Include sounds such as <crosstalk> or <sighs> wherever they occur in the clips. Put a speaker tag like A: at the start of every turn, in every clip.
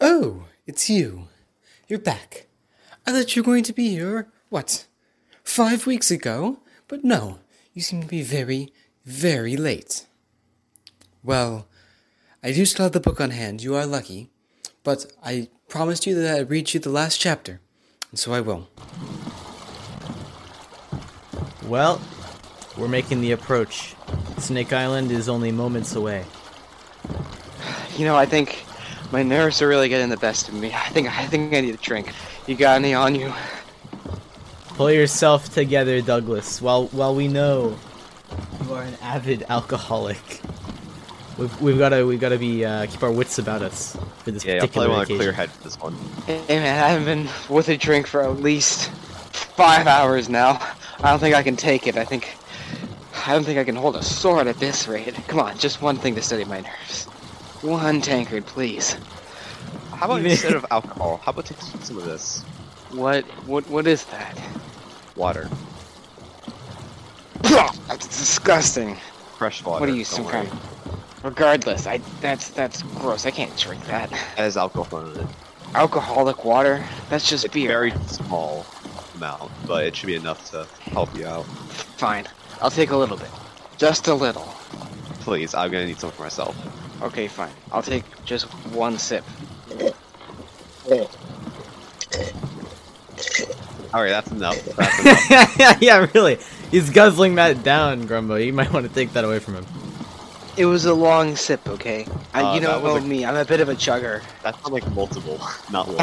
A: Oh, It's you. You're back. I thought you were going to be here, what, five weeks ago? But no, you seem to be very, very late. Well, I do still have the book on hand. You are lucky. But I promised you that I'd read you the last chapter, and so I will.
B: Well, we're making the approach. Snake Island is only moments away.
C: You know, I think my nerves are really getting the best of me. I think I think I need a drink. You got any on you?
B: Pull yourself together, Douglas. While while we know you are an avid alcoholic, we've, we've gotta we've gotta be uh, keep our wits about us for this
D: Yeah, I
B: particular
D: probably want a
B: occasion.
D: clear head for this one.
C: Hey man, I haven't been with a drink for at least five hours now. I don't think I can take it. I think I don't think I can hold a sword at this rate. Come on, just one thing to steady my nerves. One tankard, please.
D: How about
B: <laughs>
D: instead of alcohol, how about taking some of this
C: What what what is that?
D: <laughs> water,
C: That's disgusting.
D: fresh water?
C: What are you,
D: don't
C: some
D: worry.
C: kind? Regardless, I that's that's gross. I can't drink that.
D: It has alcohol in it.
C: Alcoholic water? That's just
D: It's
C: beer.
D: very small amount, but it should be enough to help you out.
C: Fine. I'll take a little bit. Just a little.
D: Please, I'm gonna need some for myself.
C: Okay, fine. I'll take just one sip.
D: All right,
C: <laughs>
D: that's enough. That's enough.
B: <laughs> yeah, really. He's guzzling that down, Grumbo. You might want to take that away from him.
C: It was a long sip, okay? I,
D: Uh,
C: you
D: that
C: don't know
D: was a-
C: me. I'm a bit of a chugger.
D: That's not like multiple, <laughs> not
C: <laughs>
D: one.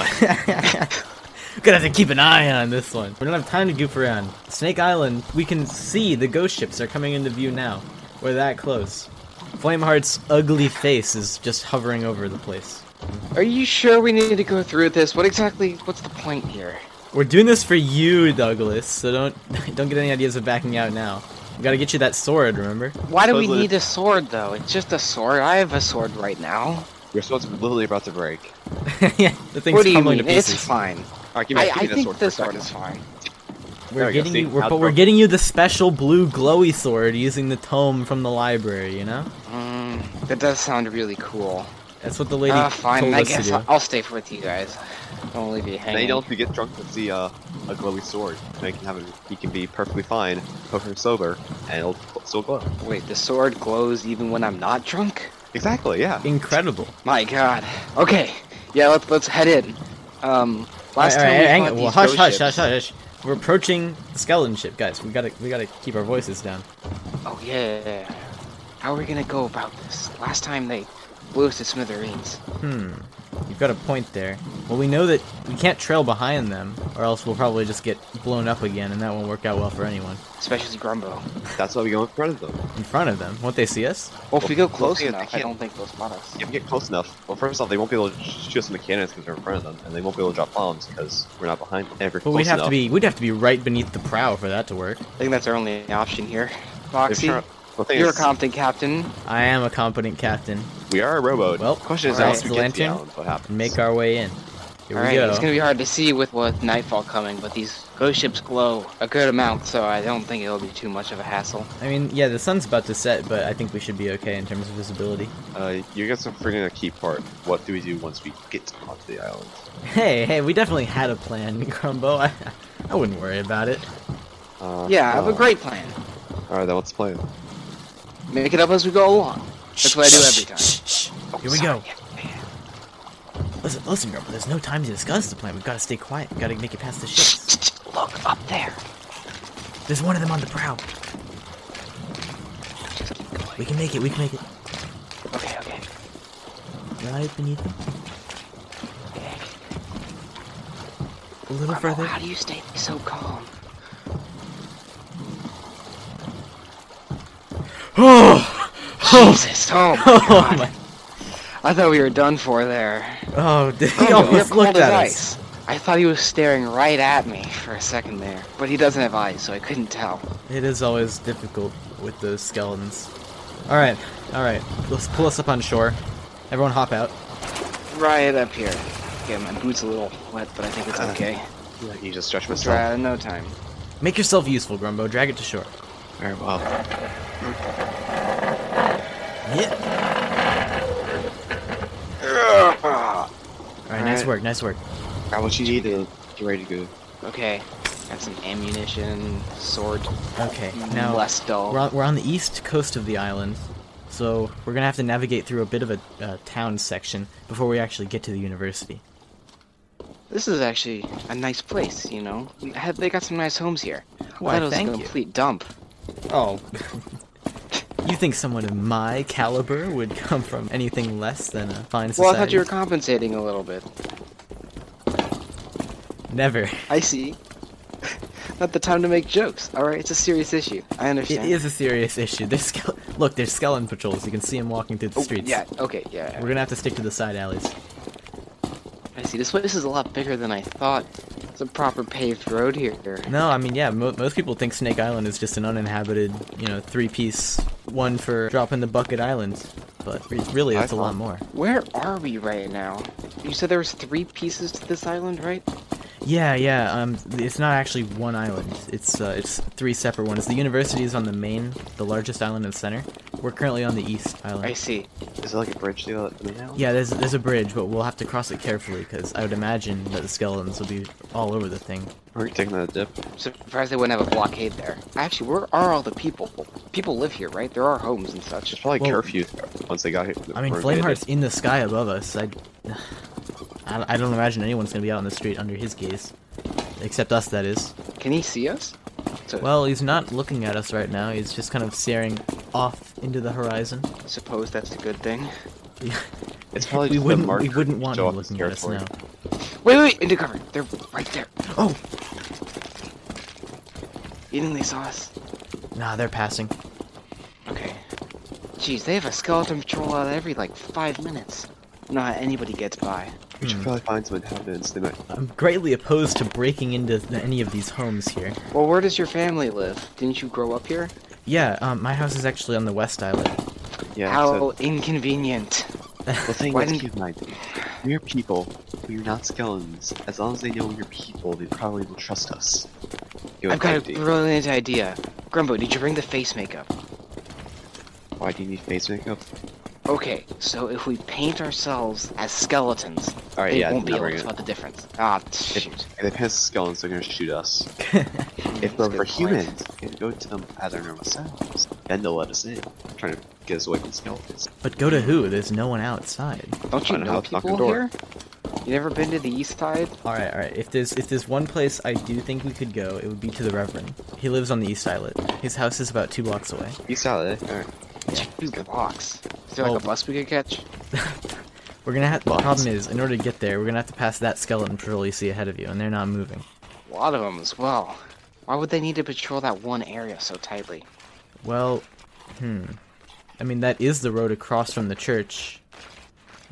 B: Gonna have to keep an eye on this one. We don't have time to goof around. Snake Island, we can see the ghost ships are coming into view now. We're that close. Flameheart's ugly face is just hovering over the place.
C: Are you sure we need to go through with this? What exactly? What's the point here?
B: We're doing this for you, Douglas. So don't <laughs> don't get any ideas of backing out now. We gotta get you that sword, remember? <laughs>
C: Why do we
D: Totally.
C: need a sword, though? It's just a sword. I have a sword right now.
D: Your sword's literally about to break.
B: yeah, the thing's
C: what do you
B: tumbling
C: mean?
B: to
C: It's
B: pieces.
C: fine.
D: All right, give me,
C: I,
D: give me
C: I
D: that
C: think
D: sword
C: this
D: for a
C: sword
D: second.
C: is fine.
D: There
B: We're
D: we go,
B: getting
D: see?
B: you, we're,
D: Now
B: but we're
D: it's broken.
B: getting you the special blue glowy sword using the tome from the library. You know,
C: Mm, that does sound really cool.
B: that's what the lady
C: Ah, fine.
B: told
C: I
B: us to
C: guess
B: do.
C: I'll, I'll stay with you guys. Don't leave you
D: Now you
C: hanging.
D: don't have to get drunk with the uh, a glowy sword. Now you can have it. You can be perfectly fine, perfectly sober, and it'll gl- still glow.
C: Wait, the sword glows even when I'm not drunk?
D: Exactly. Yeah.
B: Incredible.
C: My God. Okay. Yeah, let's let's head in. Um, last time
B: All right, all right,
C: we
B: hang-
C: fought
B: well,
C: these
B: hush,
C: ghost
B: hush, hush,
C: ships-
B: hush, hush. We're approaching the skeleton ship, guys. We gotta, we gotta keep our voices down.
C: Oh yeah. How are we gonna go about this? Last time they blew us to smithereens.
B: Hmm. You've got a point there. Well, we know that we can't trail behind them, or else we'll probably just get blown up again, and that won't work out well for anyone.
C: Especially Grumbo.
D: That's why we go in front of them.
B: In front of them, won't they see us?
C: Well, if we go
D: Well,
C: close
D: yeah, they
C: enough, I
D: can't-
C: don't think they'll spot us.
D: If we get close enough, well, first off, they won't be able to sh- shoot us in the cannons because we're in front of them, and they won't be able to drop bombs because we're not behind them. And if we're
B: But
D: close
B: we'd have
D: enough,
B: to be, we'd have to be right beneath the prow for that to work.
C: I think that's our only option here.
D: if
C: Foxy,
D: you're- the thing
C: you're a
D: is,
C: competent captain.
B: I am a competent captain.
D: we are a rowboat.
B: Well,
D: the question is,
C: alright.
D: how else we get to the
B: Lantern.
D: island? What happens?
B: And make our way in. Here
C: All
B: we
C: right,
B: go.
C: it's gonna be hard to see with with nightfall coming, but these ghost ships glow a good amount, so I don't think it'll be too much of a hassle.
B: I mean, yeah, the sun's about to set, but I think we should be okay in terms of visibility.
D: Uh, you guys are forgetting a key part. What do we do once we get onto the island?
B: Hey, hey, we definitely had a plan, <laughs> Grumbo. I, I wouldn't worry about it.
D: Uh,
C: Yeah, I have a
D: uh,
C: great plan.
D: All right, then let's play.
C: Make it up as we go along. That's what I do every time. Oh,
B: Here we
C: sorry.
B: go.
C: Yeah, yeah.
B: Listen, listen, Grumbo. There's no time to discuss the plan. We've got to stay quiet. We've got to make it past the ships.
C: <laughs> Look up there.
B: There's one of them on the prow.
C: Just keep
B: We
C: going.
B: can make it. We can make it.
C: Okay, okay.
B: Right beneath them.
C: okay.
B: A little
C: Grandma,
B: further.
C: How do you stay so calm?
B: <laughs> Oh,
C: Jesus, oh my
B: <laughs> oh
C: God.
B: my!
C: I thought we were done for there.
B: <gasps> Oh, dude, he
C: Grandma, you're
B: almost
C: cold
B: looked
C: as
B: at us.
C: ice. I thought he was staring right at me for a second there, but he doesn't have eyes, so I couldn't tell.
B: It is always difficult with those skeletons. All right, all right. Let's pull us up on shore. Everyone, hop out.
C: Right up here. Okay, my boot's a little wet, but I think it's
B: Uh,
C: okay.
D: I can just stretch
C: Dry
D: myself.
C: out in no time.
B: Make yourself useful, Grumbo. Drag it to shore.
D: All right, well,
B: Yeah.
C: Ugh.
B: Alright, nice
C: Alright.
B: work, nice work.
D: Got what you need and get ready to go.
C: Okay. Got some ammunition, sword,
B: Okay,
C: Mm,
B: now
C: Musto.
B: we're on, we're on the east coast of the island, so we're gonna have to navigate through a bit of a uh, town section before we actually get to the university.
C: This is actually a nice place, you know. We had, they got some nice homes here.
B: Why,
C: I thought it was
B: thank
C: a
B: you.
C: complete dump.
A: Oh,
B: <laughs> You think someone of my caliber would come from anything less than a fine
C: Well,
B: society?
C: I thought you were compensating a little bit.
B: Never.
C: I see. <laughs> Not the time to make jokes. All right, it's a serious issue. I
B: It
C: understand.
B: is a serious issue. There's skele- look, there's skeleton patrols. You can see them walking through the
C: Oh,
B: streets.
C: yeah. Okay. Yeah.
B: We're gonna have to stick to the side alleys.
C: I see. This place is a lot bigger than I thought. It's a proper paved road here.
B: No, I mean, yeah, mo- most people think Snake Island is just an uninhabited, you know, three-piece one for dropping the bucket island, but re- really,
D: I
B: it's a lot
D: thought-
B: more.
C: Where are we right now? You said there was three pieces to this island, right?
B: Uh-huh. Yeah, yeah. Um, it's not actually one island. It's uh, it's three separate ones. The university is on the main, the largest island in the center. We're currently on the east island.
C: I see.
D: Is it like a bridge to the now?
B: Yeah, there's there's a bridge, but we'll have to cross it carefully because I would imagine that the skeletons will be all over the thing.
D: Are you taking that dip?
C: Surprised they wouldn't have a blockade there. Actually, where are all the people? People live here, right? There are homes and such.
D: There's probably
B: Well-
D: curfew once they got here.
B: I mean,
D: were
B: Flameheart's
D: invaded.
B: in the sky above us. I, I, I don't imagine anyone's gonna be out on the street under his gaze, except us, that is.
C: Can he see us? So,
B: Well, he's not looking at us right now. He's just kind of staring off into the horizon.
C: suppose that's a good thing.
B: <laughs>
D: It's probably
B: we
D: just the
B: wouldn't we
D: markers
B: wouldn't want
D: show
B: him
D: up as
B: looking at us
D: territory.
B: now.
C: Wait, wait, into cover. They're right there.
B: Oh,
C: You think they saw us?
B: nah, they're passing.
C: Okay. Jeez, they have a skeleton patrol out every like five minutes. Not anybody gets by.
D: We should probably find some inhabitants. They might.
B: I'm greatly opposed to breaking into th- any of these homes here.
C: Well, where does your family live? Didn't you grow up here?
B: Yeah, um, my house is actually on the west island.
D: Yeah.
C: How
D: So,
C: inconvenient.
D: the thing
C: why
D: is,
C: didn't-
D: keep in mind, we're people. We're not skeletons. As long as they know we're people, they probably will trust us. You
C: I've got a
D: ID.
C: brilliant idea. Grumbo, did you bring the face makeup?
D: Why do you need face makeup?
C: Okay, so if we paint ourselves as skeletons,
D: All right,
C: they
D: Oh, yeah,
C: won't be
D: never
C: able to
D: gonna-
C: tell the difference. Ah,
D: If
C: shoot.
D: if they pass skeletons, they're gonna shoot us.
C: That's
D: If
C: a
D: they're
C: good
D: for
C: point.
D: humans, they can go to them as their normal selves. Then they'll let us in. trying to get us away from skeletons.
B: But go to who? There's no one outside.
C: Don't you
D: I don't
C: know
D: know, knock on
C: people
D: door.
C: here? You never been to the east side?
B: All right, all right. If there's if there's one place I do think we could go, it would be to the Reverend. He lives on the East Islet. His house is about two blocks away.
D: You saw that. eh? All right.
C: Two blocks. Is there
B: Oh.
C: like a bus we could catch?
B: We're gonna have. The problem is, in order to get there, we're gonna have to pass that skeleton patrol you see ahead of you, and they're not moving.
C: A lot of them as well. Why would they need to patrol that one area so tightly?
B: Well, hmm. I mean, that is the road across from the church.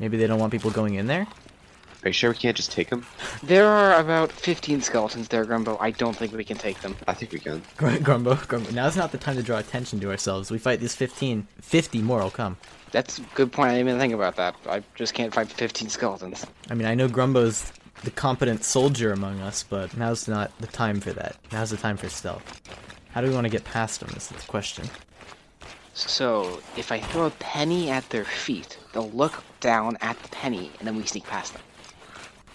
B: Maybe they don't want people going in there. <laughs>
D: Are you sure we can't just take them?
C: There are about 15 skeletons there, Grumbo. I don't think we can take them.
D: I think we can.
B: Gr- Grumbo, Grumbo. Now's not the time to draw attention to ourselves. We fight these 15, 50 more will come.
C: That's a good point. I didn't even think about that. I just can't find 15 skeletons.
B: I mean, I know Grumbo's the competent soldier among us, but now's not the time for that. Now's the time for stealth. How do we want to get past them? Is the question.
C: So, if I throw a penny at their feet, they'll look down at the penny, and then we sneak past them.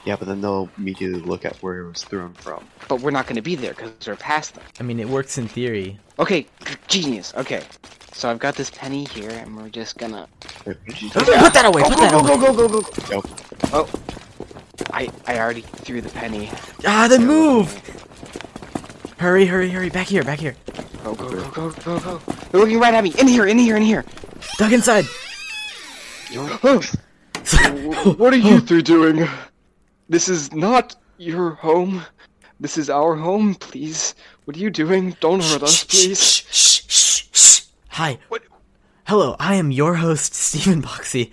D: Yeah, but then they'll immediately look at where it was thrown from.
C: But we're not going to be there because we're past them.
B: I mean, it works in theory.
C: Okay, g- genius. Okay. So I've got this penny here, and we're just gonna.
D: Wait, what did you
B: Put that away. Put that away.
D: go.
C: Oh, I I already threw the penny.
B: Ah, they move! Hurry, hurry, hurry! Back here, back here!
C: Go go go go go go! They're looking right at me. In here, in here, in here.
B: Duck inside!
C: <gasps> <laughs> what are you three doing? This is not your home. This is our home, please. What are you doing? Don't hurt us, please.
B: Shh, shh, shh. Hi.
C: What?
B: Hello, I am your host,
C: <laughs>
B: Stephen Boxey,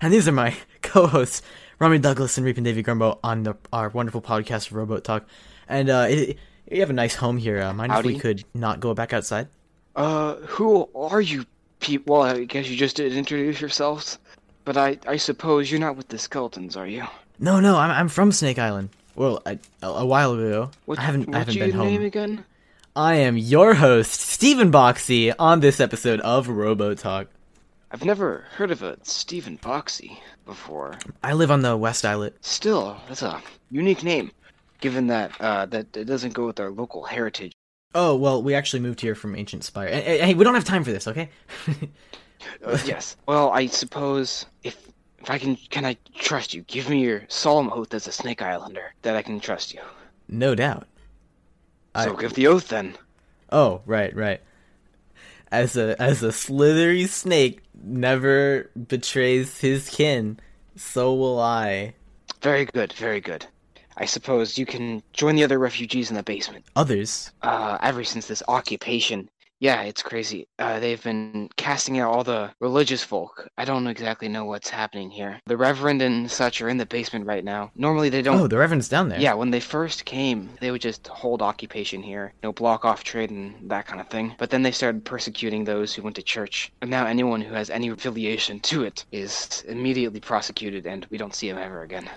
B: and these are my co-hosts, Rami Douglas and Reap and Davey Grumbo, on the, our wonderful podcast, Robot Talk. And uh, it, you have a nice home here. Uh, mind if we
C: Howdy.
B: could not go back outside?
C: Uh, who are you people? Well, I guess you just did introduce yourselves. But I, I suppose you're not with the skeletons, are you?
B: No, no, I'm, I'm from Snake Island. Well, I, a, a while ago.
C: What,
B: I haven't,
C: what's
B: I haven't
C: your
B: been home.
C: name again?
B: I am your host, Stephen Boxey, on this episode of Robo Talk.
C: I've never heard of a Stephen Boxey before.
B: I live on the West Islet.
C: Still, that's a unique name, given that uh, that it doesn't go with our local heritage.
B: Oh well, we actually moved here from Ancient Spire. Hey, hey, hey, we don't have time for this, okay? <laughs>
C: Uh, yes. Well, I suppose if if I can can I trust you? Give me your solemn oath as a Snake Islander that I can trust you.
B: no doubt.
C: So give the oath then.
B: Oh, right, right. As a as a slithery snake never betrays his kin, so will I.
C: Very good, very good. I suppose you can join the other refugees in the basement.
B: Others.
C: uh, ever since this occupation. Yeah, it's crazy. Uh, they've been casting out all the religious folk. I don't exactly know what's happening here. The Reverend and such are in the basement right now. Normally they
B: Oh,
C: don't.
B: the Reverend's down there.
C: yeah, when they first came, they would just hold occupation here, you know, block off trade and that kind of thing. But then they started persecuting those who went to church. And now anyone who has any affiliation to it is immediately prosecuted, and we don't see him ever again.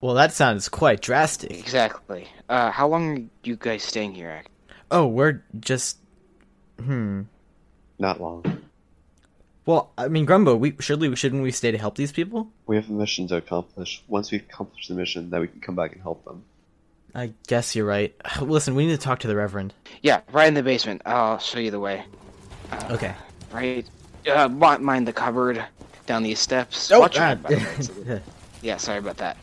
B: Well, that sounds quite drastic.
C: Exactly. Uh, how long are you guys staying here? ac-
B: Oh, we're just. Hmm.
D: Not long.
B: Well, I mean, Grumbo, we surely shouldn't we stay to help these people?
D: We have a mission to accomplish. Once we've accomplished the mission, then we can come back and help them.
B: I guess you're right. <sighs> Listen, we need to talk to the Reverend.
C: Yeah, right in the basement. I'll show you the way.
B: Okay.
C: right? Uh, mi- mind the cupboard, down these steps.
B: Oh,
C: Watch
B: Ah.
C: your head, by the way.
B: <laughs>
C: It's a- yeah, sorry about that.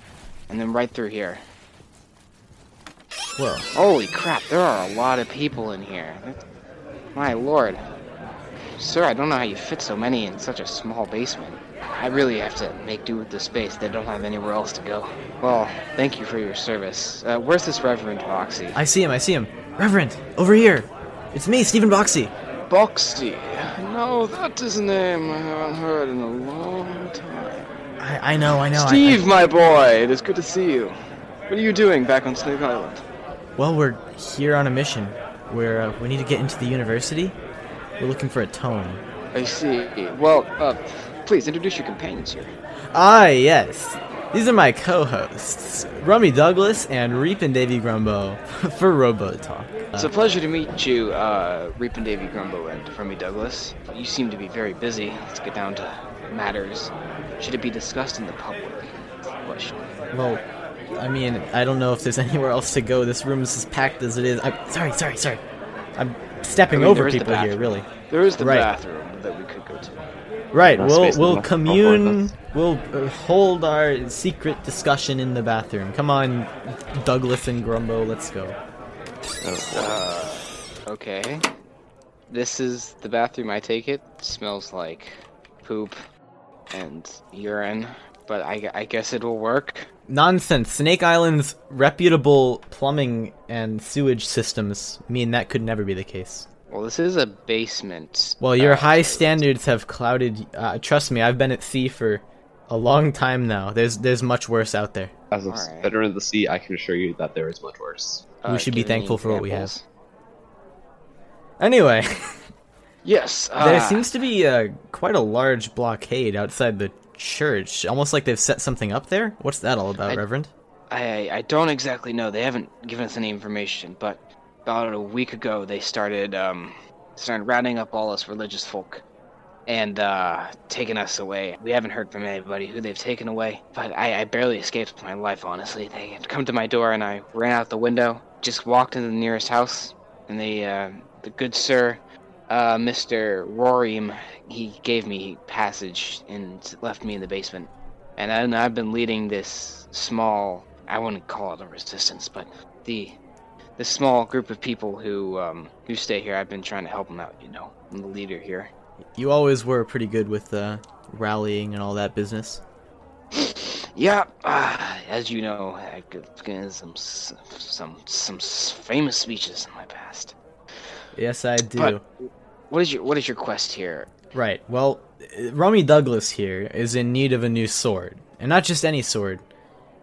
C: And then right through here.
B: Whoa.
C: Holy crap, there are a lot of people in here. My lord. Sir, I don't know how you fit so many in such a small basement. I really have to make do with the space. They don't have anywhere else to go. Well, thank you for your service. Uh, where's this Reverend Boxy?
B: I see him. I see him. Reverend, over here. It's me, Stephen Boxey.
C: Boxy? No, that is a name I haven't heard in a long time.
B: I, I know. I know. I- I-
C: Steve, my boy, it is good to see you. What are you doing back on Snake Island?
B: Well, we're here on a mission. We're uh, we need to get into the university. We're looking for a tome.
C: I see. Well, uh, please introduce your companions here.
B: Ah, yes. These are my co-hosts, Rummy Douglas and Reap and Davy Grumbo, <laughs> for RoboTalk.
C: It's a pleasure to meet you, uh, Reap and Davy Grumbo and Fermi Douglas. You seem to be very busy. Let's get down to matters. Should it be discussed in the public? That's the Question.
B: Uh, Well, I mean, I don't know if there's <laughs> anywhere else to go. This room is as packed as it is. I'm sorry, sorry, sorry. I'm stepping
C: I mean, there
B: over
C: is the
B: people here,
C: bathroom.
B: really.
C: There is the
B: Right.
C: bathroom that we could go to.
B: Right.
D: Not
B: We'll
D: space
B: we'll
D: enough for all four of
B: commune.
D: us.
B: We'll uh, hold our secret discussion in the bathroom. Come on, Douglas and Grumbo, let's go.
D: Oh, wow.
C: Okay. This is the bathroom. I take it smells like poop and urine, but I, I guess it will work.
B: Nonsense. Snake Island's reputable plumbing and sewage systems mean that could never be the case.
C: Well, this is a basement.
B: Well, your
C: Uh,
B: high standards have clouded. Uh, trust me, I've been at sea for a long time now. There's there's much worse out there.
D: As a
C: Alright.
D: veteran of the sea, I can assure you that there is much worse.
B: we should be
C: give any
B: thankful for what we have.
C: uh, examples?
B: Anyway, <laughs>
C: Yes. Uh,
B: there seems to be uh, quite a large blockade outside the church. Almost like they've set something up there. What's that all about,
C: I-
B: Reverend?
C: I I don't exactly know. They haven't given us any information, but about a week ago they started um started rounding up all us religious folk and uh taking us away. We haven't heard from anybody who they've taken away, but I, I barely escaped with my life. Honestly, they had come to my door and I ran out the window. Just walked into the nearest house, and the uh, the good sir uh, Mr. Rorim, he gave me passage and left me in the basement. And I- and I've been leading this small, I wouldn't call it a resistance, but the this small group of people who um, who stay here. I've been trying to help them out, you know. I'm the leader here.
B: You always were pretty good with uh, rallying and all that business.
C: Yeah, uh, as you know, I've given some s- some some s- famous speeches in my past.
B: Yes, I do.
C: But- What is your what is your quest here?
B: Right. Well, uh, Rummy Douglas here is in need of a new sword, and not just any sword.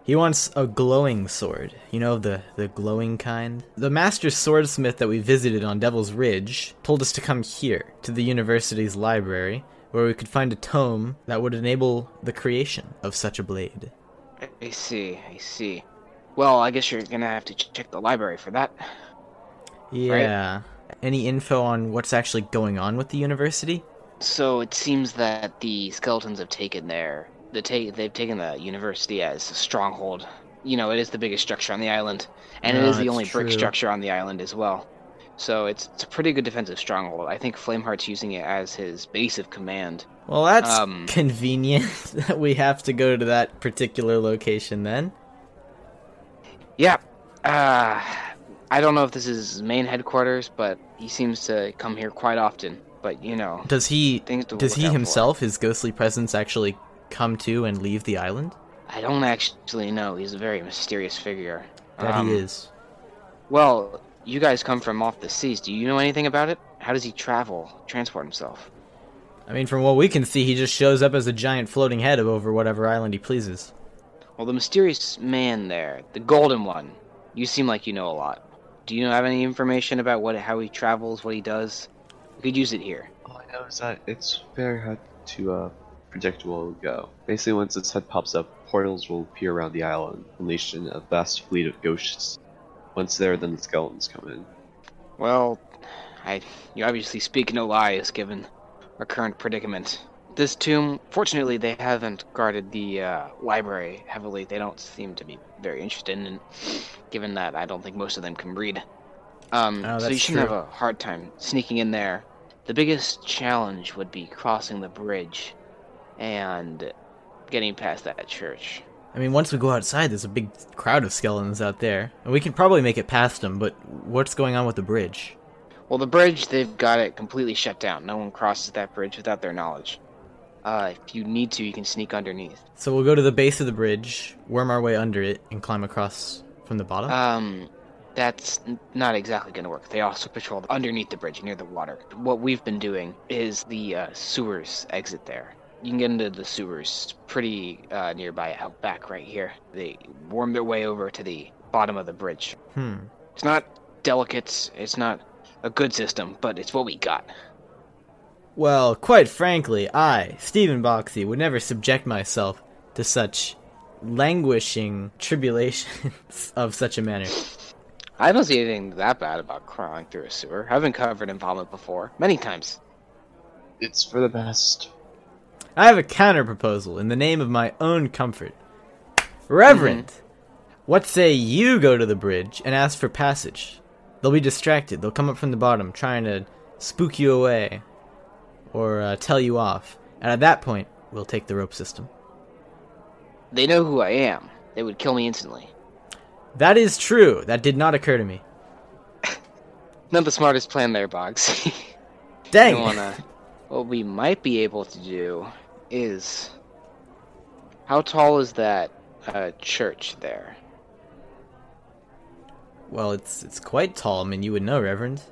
B: He wants a glowing sword. You know the the glowing kind. The master swordsmith that we visited on Devil's Ridge told us to come here to the university's library, where we could find a tome that would enable the creation of such a blade.
C: I- I see, I see. Well, I guess you're gonna have to ch- check the library for that.
B: Yeah. Any info on what's actually going on with the university?
C: So it seems that the skeletons have taken their the ta- they've taken the university as a stronghold. You know, it is the biggest structure on the island, and it
B: Yeah,
C: is the
B: it's
C: only brick
B: true.
C: structure on the island as well. So it's it's a pretty good defensive stronghold. I think Flameheart's using it as his base of command.
B: Well, that's
C: Um,
B: convenient <laughs> that we have to go to that particular location then.
C: Yeah. Uh, I don't know if this is his main headquarters, but he seems to come here quite often. But you know,
B: Does he
C: Things to
B: does
C: look
B: he
C: out for.
B: himself his ghostly presence actually come to and leave the island?
C: I don't actually know. He's a very mysterious figure.
B: That
C: Um,
B: he is.
C: Well, you guys come from off the seas. Do you know anything about it? How does he travel, transport himself?
B: I mean, from what we can see, he just shows up as a giant floating head over whatever island he pleases.
C: Well, the mysterious man there, the golden one. You seem like you know a lot. Do you have any information about what how he travels, what he does? We could use it here.
D: All I know is that it's very hard to uh, predict where it'll go. Basically, once its head pops up, portals will appear around the island, unleashing a vast fleet of ghosts. Once there, then the skeletons come in.
C: Well, I you obviously speak no lies given our current predicament. This tomb, fortunately, they haven't guarded the uh, library heavily. They don't seem to be very interested in, given that I don't think most of them can read. Um,
B: Oh,
C: so you
B: that's
C: shouldn't
B: true.
C: have a hard time sneaking in there. The biggest challenge would be crossing the bridge and getting past that church.
B: I mean, once we go outside, there's a big crowd of skeletons out there, and we can probably make it past them. But what's going on with the bridge?
C: Well, the bridge, they've got it completely shut down. No one crosses that bridge without their knowledge. Uh, if you need to, you can sneak underneath.
B: So we'll go to the base of the bridge, worm our way under it, and climb across from the bottom.
C: Um, that's n- not exactly going to work. They also patrol underneath the bridge near the water. What we've been doing is the uh, sewers exit there. You can get into the sewers pretty uh, nearby out back right here. They worm their way over to the bottom of the bridge.
B: hmm.
C: It's not delicate, it's not a good system, but it's what we got.
B: Well, quite frankly, I, Stephen Boxey, would never subject myself to such languishing tribulations <laughs> of such a manner.
C: I don't see anything that bad about crawling through a sewer. I've been covered in vomit before, many times.
D: It's for the best.
B: I have a counter proposal in the name of my own comfort. Reverend,
C: Mm-hmm.
B: what say you go to the bridge and ask for passage? They'll be distracted. They'll come up from the bottom trying to spook you away or uh, tell you off. And at that point, we'll take the rope system.
C: They know who I am. They would kill me instantly.
B: That is true. That did not occur to me.
C: Not the smartest plan there, Boggs. <laughs>
B: Dang.
C: You wanna- what we might be able to do is. How tall is that uh, church there?
B: Well, it's it's quite tall. I mean, you would know, Reverend.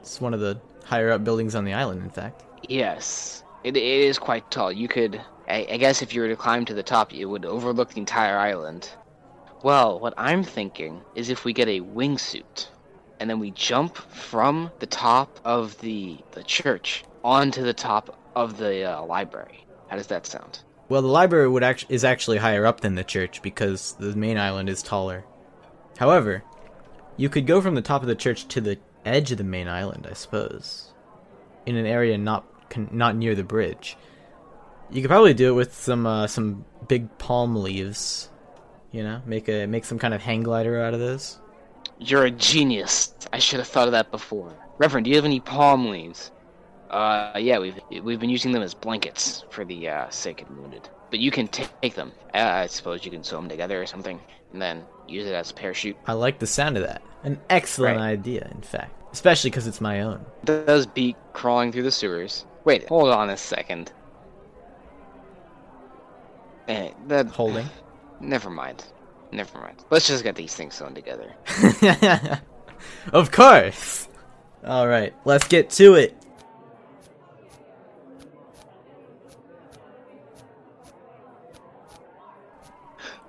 B: It's one of the higher up buildings on the island, in fact.
C: Yes, it, it is quite tall. You could, I, I guess, if you were to climb to the top, it would overlook the entire island. Well, what I'm thinking is if we get a wingsuit, and then we jump from the top of the the church onto the top of the uh, library. How does that sound?
B: Well, the library would act- is actually higher up than the church because the main island is taller. However, you could go from the top of the church to the edge of the main island, I suppose, in an area not con- not near the bridge. You could probably do it with some uh, some big palm leaves, you know, make a make some kind of hang glider out of those.
C: You're a genius. I should have thought of that before. Reverend, do you have any palm leaves? Uh, yeah, we've we've been using them as blankets for the uh, sick and wounded. But you can ta- take them. Uh, I suppose you can sew them together or something, and then use it as a parachute.
B: I like the sound of that. An excellent
C: Right.
B: idea, in fact. Especially because it's my own.
C: Does beat crawling through the sewers. Wait, hold on a second. Eh, that
B: Holding.
C: Never mind. Never mind. Let's just get these things sewn together.
B: <laughs> of course! Alright, let's get to it.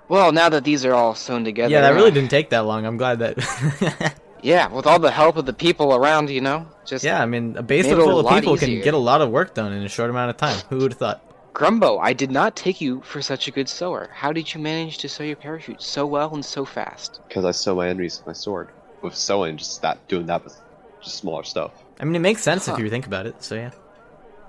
C: Well, now that these are all sewn together.
B: Yeah, that really
C: uh,
B: didn't take that long. I'm glad that. <laughs>
C: Yeah, with all the help of the people around, you know, just
B: yeah, I mean, a base
C: Made it a
B: full of
C: lot
B: people can
C: easier.
B: get a lot of work done in a short amount of time. Who would have thought?
C: Grumbo, I did not take you for such a good sewer. How did you manage to sew your parachute so well and so fast?
D: Because I sew my enemies with my sword. With sewing, just that doing that with just smaller stuff.
B: I mean, it makes sense if
C: Huh.
B: you think about it, so yeah.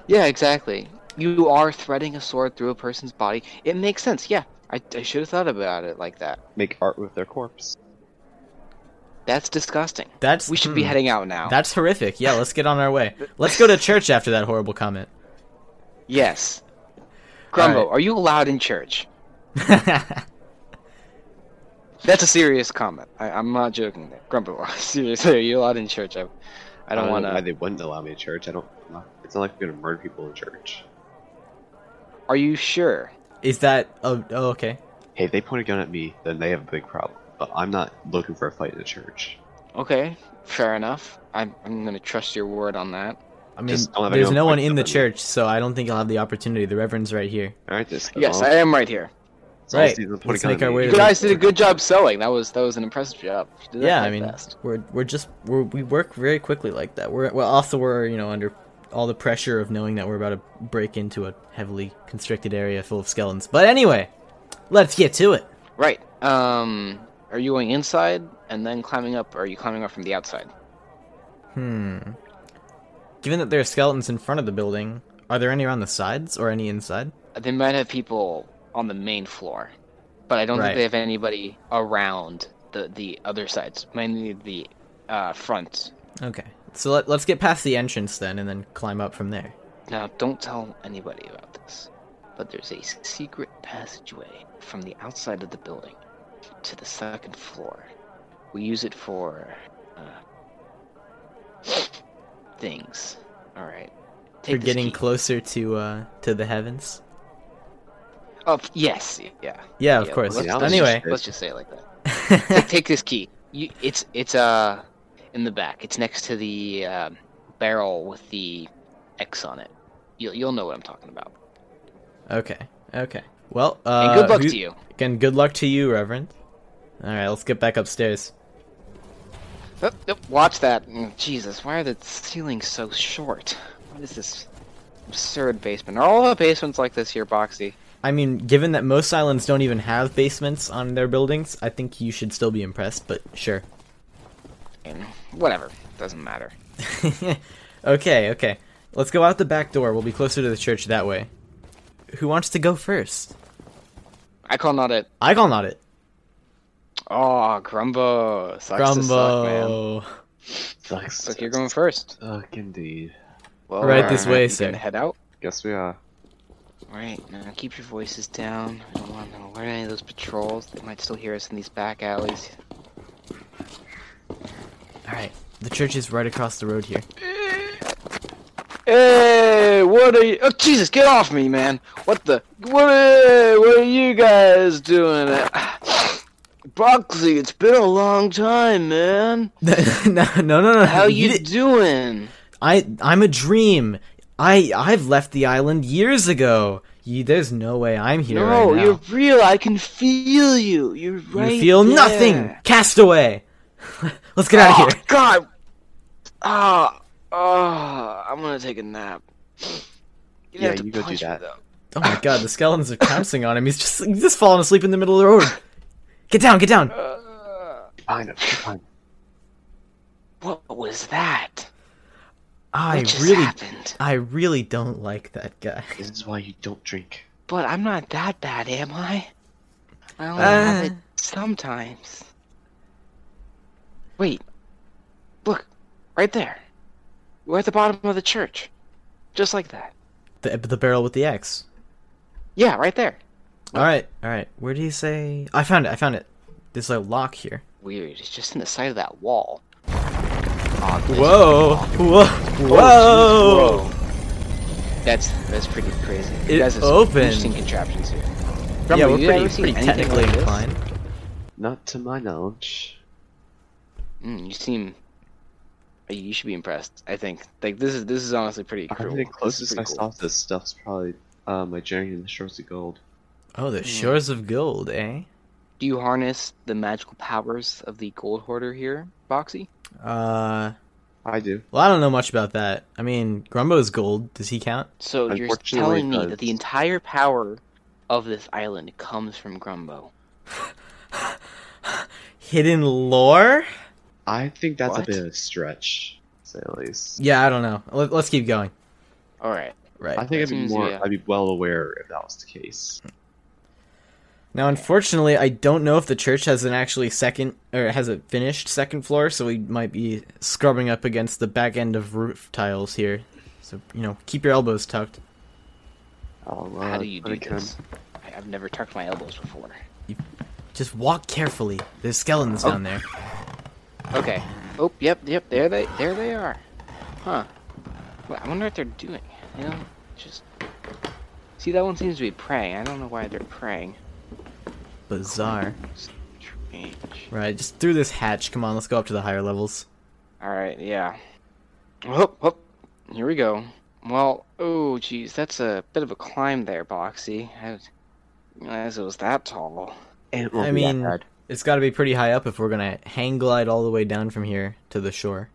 C: Yeah, exactly. You are threading a sword through a person's body. It makes sense. Yeah, I, I should have thought about it like that.
D: Make art with their corpse.
C: That's disgusting.
B: That's
C: We should be
B: hmm.
C: heading out now.
B: That's horrific. Yeah, let's get on our way. Let's go to church after that horrible comment. <laughs>
C: yes. Grumbo,
B: Alright.
C: are you allowed in church? That's a serious comment. I, I'm not joking there. Grumbo, <laughs> seriously, are you allowed in church? I, I don't want
D: know Uh, why
C: to.
D: they wouldn't allow me to church. I don't. uh, It's not like I'm gonna murder people in church.
C: Are you sure?
B: Is that oh, oh okay.
D: Hey, if they point a gun at me, then they have a big problem. But I'm not looking for a fight in a church.
C: Okay, fair enough. I'm, I'm going to trust your word on that.
B: I mean,
D: Just don't have
B: there's
D: anyone
B: no one
D: fight
B: in the
D: somebody.
B: church, so I don't think I'll have the opportunity. The reverend's right here.
D: All right, this.
C: Yes, I am right here.
D: So I'll
B: Right,
D: see them put a
B: let's
D: gun
B: make
D: at
B: our
D: me.
B: way
C: You
B: to the-
C: guys did a good job sewing. That was that was an impressive job. You did that
B: Yeah,
C: quite
B: I mean,
C: fast.
B: we're we're just we're, we work very quickly like that. We're well, also we're you know under all the pressure of knowing that we're about to break into a heavily constricted area full of skeletons. But anyway, let's get to it.
C: Right. Um, are you going inside and then climbing up, or are you climbing up from the outside?
B: Hmm. Given that there are skeletons in front of the building, are there any around the sides or any inside?
C: They might have people on the main floor, but I don't
B: Right.
C: think they have anybody around the the other sides. Mainly the uh, front.
B: Okay, so let, let's get past the entrance then, and then climb up from there.
C: Now, don't tell anybody about this, but there's a secret passageway from the outside of the building to the second floor. We use it for uh, things. All right.
B: We're
C: Take this
B: getting
C: key.
B: closer to uh to the heavens.
C: Oh yes, yeah.
B: Yeah, of
C: Yeah,
B: course.
C: let's-
D: Yeah, I was
B: anyway,
D: Good.
C: Let's just say it like that. Take, take this key. You, it's it's uh in the back. It's next to the um barrel with the X on it. You'll you'll know what I'm talking about.
B: <laughs> okay, okay. Well, uh,
C: And good luck
B: who-
C: to you.
B: Again, good luck to you, Reverend. All right, let's get back upstairs.
C: Oh, oh, watch that. Mm, Jesus, why are the ceilings so short? What is this absurd basement? Are all the basements like this here, Boxy?
B: I mean, given that most islands don't even have basements on their buildings, I think you should still be impressed. But sure. <laughs>
C: And whatever, doesn't matter.
B: okay, okay. Let's go out the back door. We'll be closer to the church that way. Who wants to go first?
C: I call not it.
B: I call not it.
C: Oh, Grumbo. Sucks to suck, man.
B: Grumbo.
D: Sucks.
C: Look, you're going first.
D: Fuck indeed.
C: Well,
B: Right this
C: alright,
B: way,
C: you
B: sir.
C: gonna Head out.
D: Guess we are.
C: Right, now keep your voices down. I don't want to alert any of those patrols. They might still hear us in these back alleys.
B: All right, the church is right across the road here. <laughs>
C: Hey, what are you? Oh, Jesus, get off me, man! What the? What are, what are you guys doing? <sighs> Boxy, it's been a long time, man.
B: no, no, no, no.
C: How you,
B: di-
C: doing?
B: I I'm a dream. I I've left the island years ago. You, there's no way I'm here
C: No,
B: right now.
C: you're real. I can feel you. You're right.
B: you feel
C: there.
B: nothing. Castaway. <laughs> Let's get out
C: Oh,
B: of here.
C: God. Ah, ah, I'm gonna take a nap. You didn't
D: Yeah,
C: have to
D: you go do
C: punch me,
D: that.
C: though.
B: Oh my god, the skeletons are pouncing on him. He's just he's just falling asleep in the middle of the road. Get down, get down.
D: Fine, I'm fine.
C: What was that?
B: I
C: What just
B: really
C: happened?
B: I really don't like that guy. <laughs>
D: This is why you don't drink.
C: But I'm not that bad, am I? I only have it
B: Uh.
C: sometimes. Wait. Look, right there. We're at the bottom of the church. Just like that.
B: The the barrel with the axe.
C: Yeah, right there.
B: All right. All right. Where do you say I found it. I found it. There's a lock here.
C: Weird, it's just in the side of that wall. Odd, there's-
B: Whoa. Whoa. Whoa.
C: Oh, Whoa. That's that's pretty crazy.
B: It
C: you guys have some
B: opened.
C: Interesting contraptions here.
B: yeah,
C: Grumble,
B: we're
C: you
B: pretty,
C: ever seen
B: pretty
C: anything
B: technically
C: like this?
B: inclined.
D: Not to my knowledge.
C: Mm, you seem. uh, You should be impressed. I think. Like this is this is honestly pretty
D: I
C: cool.
D: think the
C: This is
D: closest I
C: pretty
D: saw
C: cool.
D: to this stuff's probably uh, my journey in the shores of gold.
B: Oh, the shores of gold, eh?
C: Do you harness the magical powers of the gold hoarder here, Boxy?
B: Uh,
D: I do.
B: well, I don't know much about that. I mean, Grumbo's gold. Does he count?
C: So you're
D: Unfortunately,
C: telling
D: it
C: me
D: does.
C: that the entire power of this island comes from Grumbo.
B: Hidden lore?
D: I think that's
C: What?
D: a bit of a stretch, to say the least.
B: Yeah, I don't know. Let, let's keep going.
C: All right.
B: Right.
D: I think I'd be
C: Seems,
D: more.
C: yeah.
D: I'd be well aware if that was the case.
B: Now, unfortunately, I don't know if the church has an actually second or has a finished second floor, so we might be scrubbing up against the back end of roof tiles here. So you know, keep your elbows tucked.
D: I'll, uh,
C: How do you
D: when
C: do
D: I can-
C: this? I- I've never tucked my elbows before.
B: Just walk carefully. There's skeletons down there.
C: Okay. Oh, yep, yep. There they, there they are. Huh. Well, I wonder what they're doing. You know, just see that one seems to be praying. I don't know why they're praying.
B: Bizarre.
C: Strange.
B: Right. Just through this hatch. Come on, let's go up to the higher levels.
C: All right. Yeah. Whoop, whoop. Here we go. Well, oh, geez, that's a bit of a climb there, Boxy. I didn't realize it was that tall.
D: It
B: I mean, it's got to be pretty high up if we're gonna hang glide all the way down from here to the shore.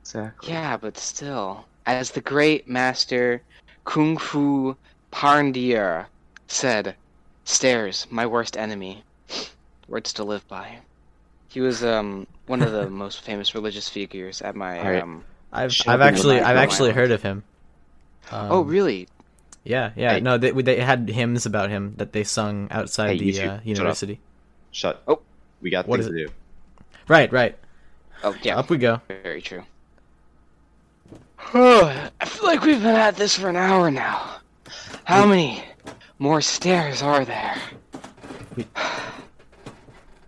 D: exactly.
C: Yeah, but still, as the great master Kung Fu Parndir said, "Stairs, my worst enemy." Words to live by. He was um one
D: <laughs>
C: of the most famous religious figures at my
D: All right.
C: um.
B: I've
D: Shall
B: I've
D: we
B: actually
C: go
B: I've
C: back
B: actually
C: around?
B: heard of him. Um,
C: oh really?
B: Yeah, yeah.
D: Hey.
B: No, they they had hymns about him that they sung outside
D: Hey, you
B: the
D: two,
B: uh,
D: shut up.
B: university.
D: Shut.
C: Oh.
D: we got
B: What
D: things
B: is
D: to do.
B: Right, right.
C: Oh yeah,
B: Up we go.
C: very true. I feel like we've been at this for an hour now. How many more stairs are there?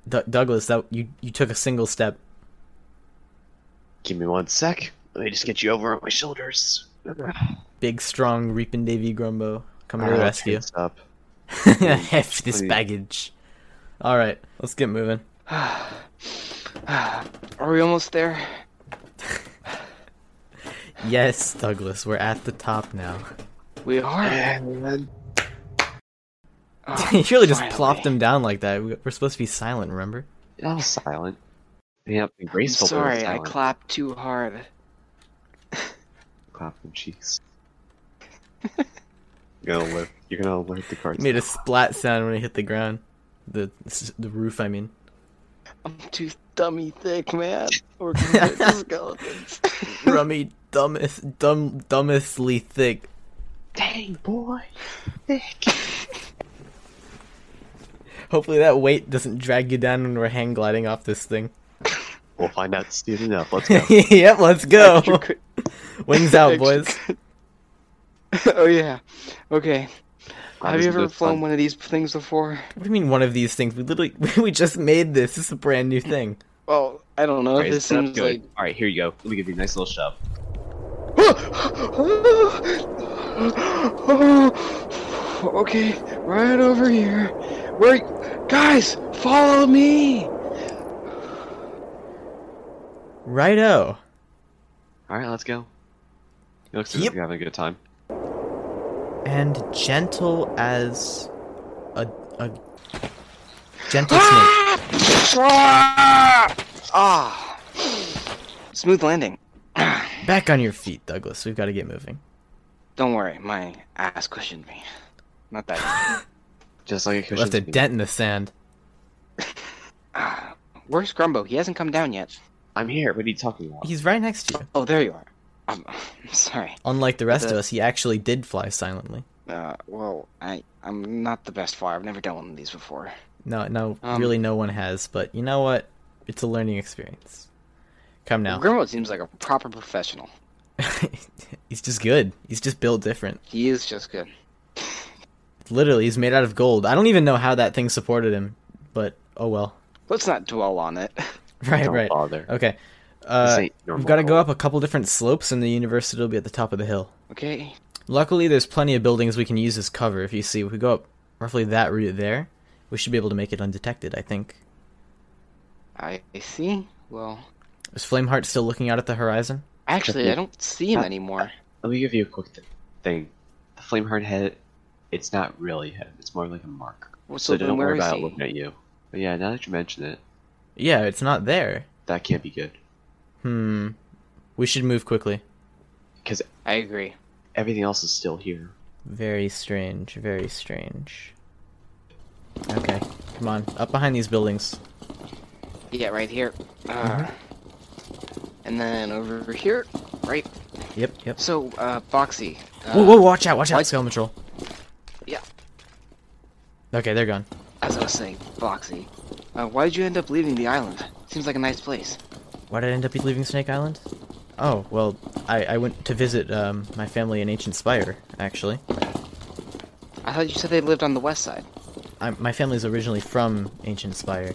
B: D- Douglas, that you you took a single step.
D: Give me one sec. Let me just get you over on my shoulders.
B: Big, strong Reapin Davy Grumbo coming to the
D: Uh,
B: rescue.
D: chin's Up.
B: Heft <laughs> this
D: please.
B: baggage. All right, let's get moving.
C: Are we almost there?
B: Yes, Douglas, we're at the top now. <laughs>
C: We are. Oh,
B: you really just
C: finally.
B: plopped him down like that. We- We're supposed to be silent, remember?
D: That was silent. Yeah,
C: I'm
D: been graceful. but it was
C: sorry, I
D: silent.
C: clapped too hard.
D: Clap them cheeks. You're gonna alert. You're gonna alert the cards.
B: Made a splat sound when it hit the ground, the s- the roof. I mean.
C: I'm too dummy thick,
D: <laughs>
C: man. We're gonna hit the skeletons. <laughs>
B: Rummy, dumbest, dumb, dumbestly thick.
D: Dang boy.
B: Hopefully that weight doesn't drag you down when we're hang gliding off this thing.
D: We'll find out soon enough.
C: <laughs>
D: Let's go.
B: yep, let's go.
C: Extra cri-
B: <laughs> Wings out,
C: extra
B: boys.
C: cri- <laughs> oh yeah. Okay.
D: Wow,
C: Have
D: this
C: you
D: is
C: ever
D: good
C: flown
D: fun.
C: one of these things before?
B: What do you mean one of these things? We literally <laughs> we just made this. This is a brand new thing.
C: Well, I don't know.
D: Alright,
C: This
D: set up
C: seems
D: good.
C: like.
D: Alright, here you go. Let me give you a nice little shove.
C: <gasps> okay, right over here. Where, guys, follow me.
B: Righto.
D: Alright, let's go. It looks
B: Yep.
D: like you're having a good time.
B: And gentle as a a gentle snake.
C: Ah! Ah. Smooth landing. <sighs>
B: Back on your feet, Douglas. We've got to get moving.
C: Don't worry, my ass cushioned me. Not that.
D: Just like a cushion.
B: Left a dent in the sand.
C: Ah, Where's Grumbo? He hasn't come down yet.
D: I'm here. What are you talking about?
B: He's right next to you.
C: Oh, there you are. I'm, I'm sorry.
B: Unlike the rest of
C: The-
B: us, he actually did fly silently.
C: Uh, well, I I'm not the best flyer. I've never done one of these before.
B: No, no,
C: Um,
B: really, no one has. But you know what? It's a learning experience. Come now.
C: Grumbo seems like a proper professional.
B: <laughs> he's just good. He's just built different.
C: He is just good.
B: Literally, he's made out of gold. I don't even know how that thing supported him, but oh well. <laughs>
C: Let's not dwell on it. <laughs>
B: Right,
D: Don't
B: right.
D: bother.
B: Okay. Uh,
D: ain't
B: we've
D: normal
B: got to go
D: gold.
B: up a couple different slopes, and the university will be at the top of the hill.
C: Okay.
B: Luckily, there's plenty of buildings we can use as cover. If you see, if we go up roughly that route there, we should be able to make it undetected. I think.
C: I I see. Well,
B: Is Flameheart still looking out at the horizon?
C: actually, I don't see him anymore.
D: Let me give you a quick th- thing. The Flameheart head, it's not really head. It's more like a mark.
C: Well,
D: So,
C: so then
D: don't
C: where
D: worry
C: is
D: about
C: he?
D: looking at you. But yeah, now that you mention it,
B: Yeah, it's not there.
D: that can't be good.
B: Hmm. We should move quickly.
D: Because
C: I agree.
D: everything else is still here.
B: Very strange, very strange. Okay, come on, up behind these buildings.
C: Yeah, right here. Uh,
B: Mm-hmm.
C: and then over here, right?
B: Yep, yep.
C: So, uh, Boxy,
B: whoa, whoa, watch out, watch out,
C: what?
B: skeleton patrol.
C: Yeah,
B: Okay, they're gone.
C: as I was saying, Boxy, uh, why did you end up leaving the island? Seems like a nice place.
B: Why did I end up leaving Snake Island? Oh, well, I, I went to visit um, my family in Ancient Spire, actually.
C: I thought you said they lived on the west side.
B: I, my family's originally from Ancient Spire,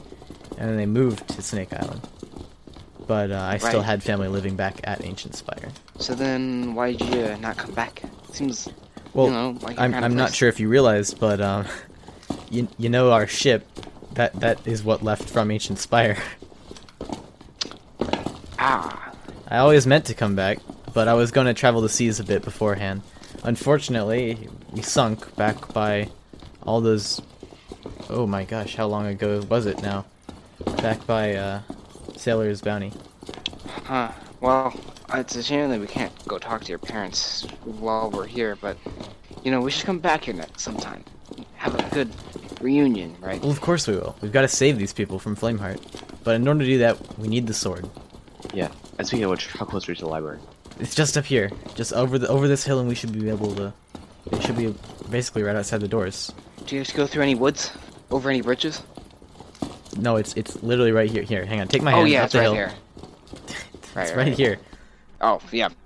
B: and then they moved to Snake Island. But uh, I still
C: Right.
B: had family living back at Ancient Spire.
C: So then, why did you uh, not come back? Seems,
B: Well,
C: you know, like your
B: I'm,
C: kind of
B: I'm not
C: place.
B: sure if you realize, but um, <laughs> you, you know our ship, that that is what left from Ancient Spire. <laughs>
C: Ah,
B: I always meant to come back, but I was going to travel the seas a bit beforehand. Unfortunately, we sunk back by all those. Oh my gosh, how long ago was it now? Back by uh, Sailor's Bounty.
C: huh. Uh, Well, it's a shame that we can't go talk to your parents while we're here, but you know, we should come back here next sometime. Have a good reunion, right?
B: Well, of course we will. We've got to save these people from Flameheart. But in order to do that, we need the sword.
D: Yeah. And speaking of which, how close are we to the library?
B: It's just up here, just over the over this hill, and we should be able to. It should be basically right outside the doors.
C: Do you have to go through any woods? Over any bridges?
B: No, it's it's literally right here. Here, hang on, take my
C: Oh
B: hand.
C: yeah,
B: up
C: it's
B: the
C: right
B: hill.
C: here. Right,
B: It's
C: right,
B: right
C: right.
B: here.
C: Oh yeah. <laughs>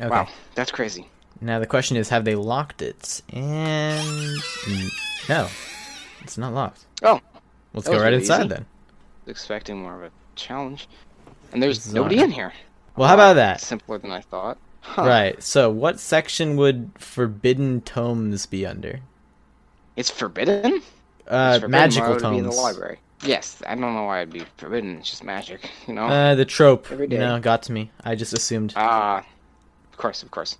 B: Okay.
C: Wow, that's crazy.
B: Now the question is, have they locked it? And no, it's not locked.
C: Oh,
B: Let's
C: That
B: go
C: was
B: right
C: really
B: inside
C: easy.
B: then.
C: expecting more of a challenge. And there's
B: Bizarre.
C: nobody in here.
B: Well, how about
C: Wow,
B: that?
C: Simpler than I thought. Huh.
B: Right. So, what section would forbidden tomes be under?
C: It's forbidden?
B: Uh,
C: It's forbidden, why
B: magical
C: would it Be in the
B: tomes.
C: library. Yes, I don't know why it'd be forbidden. It's just magic, you know.
B: Uh, the trope.
C: Every
B: You
C: day.
B: know, got to me. I just assumed.
C: Ah, of course, of course.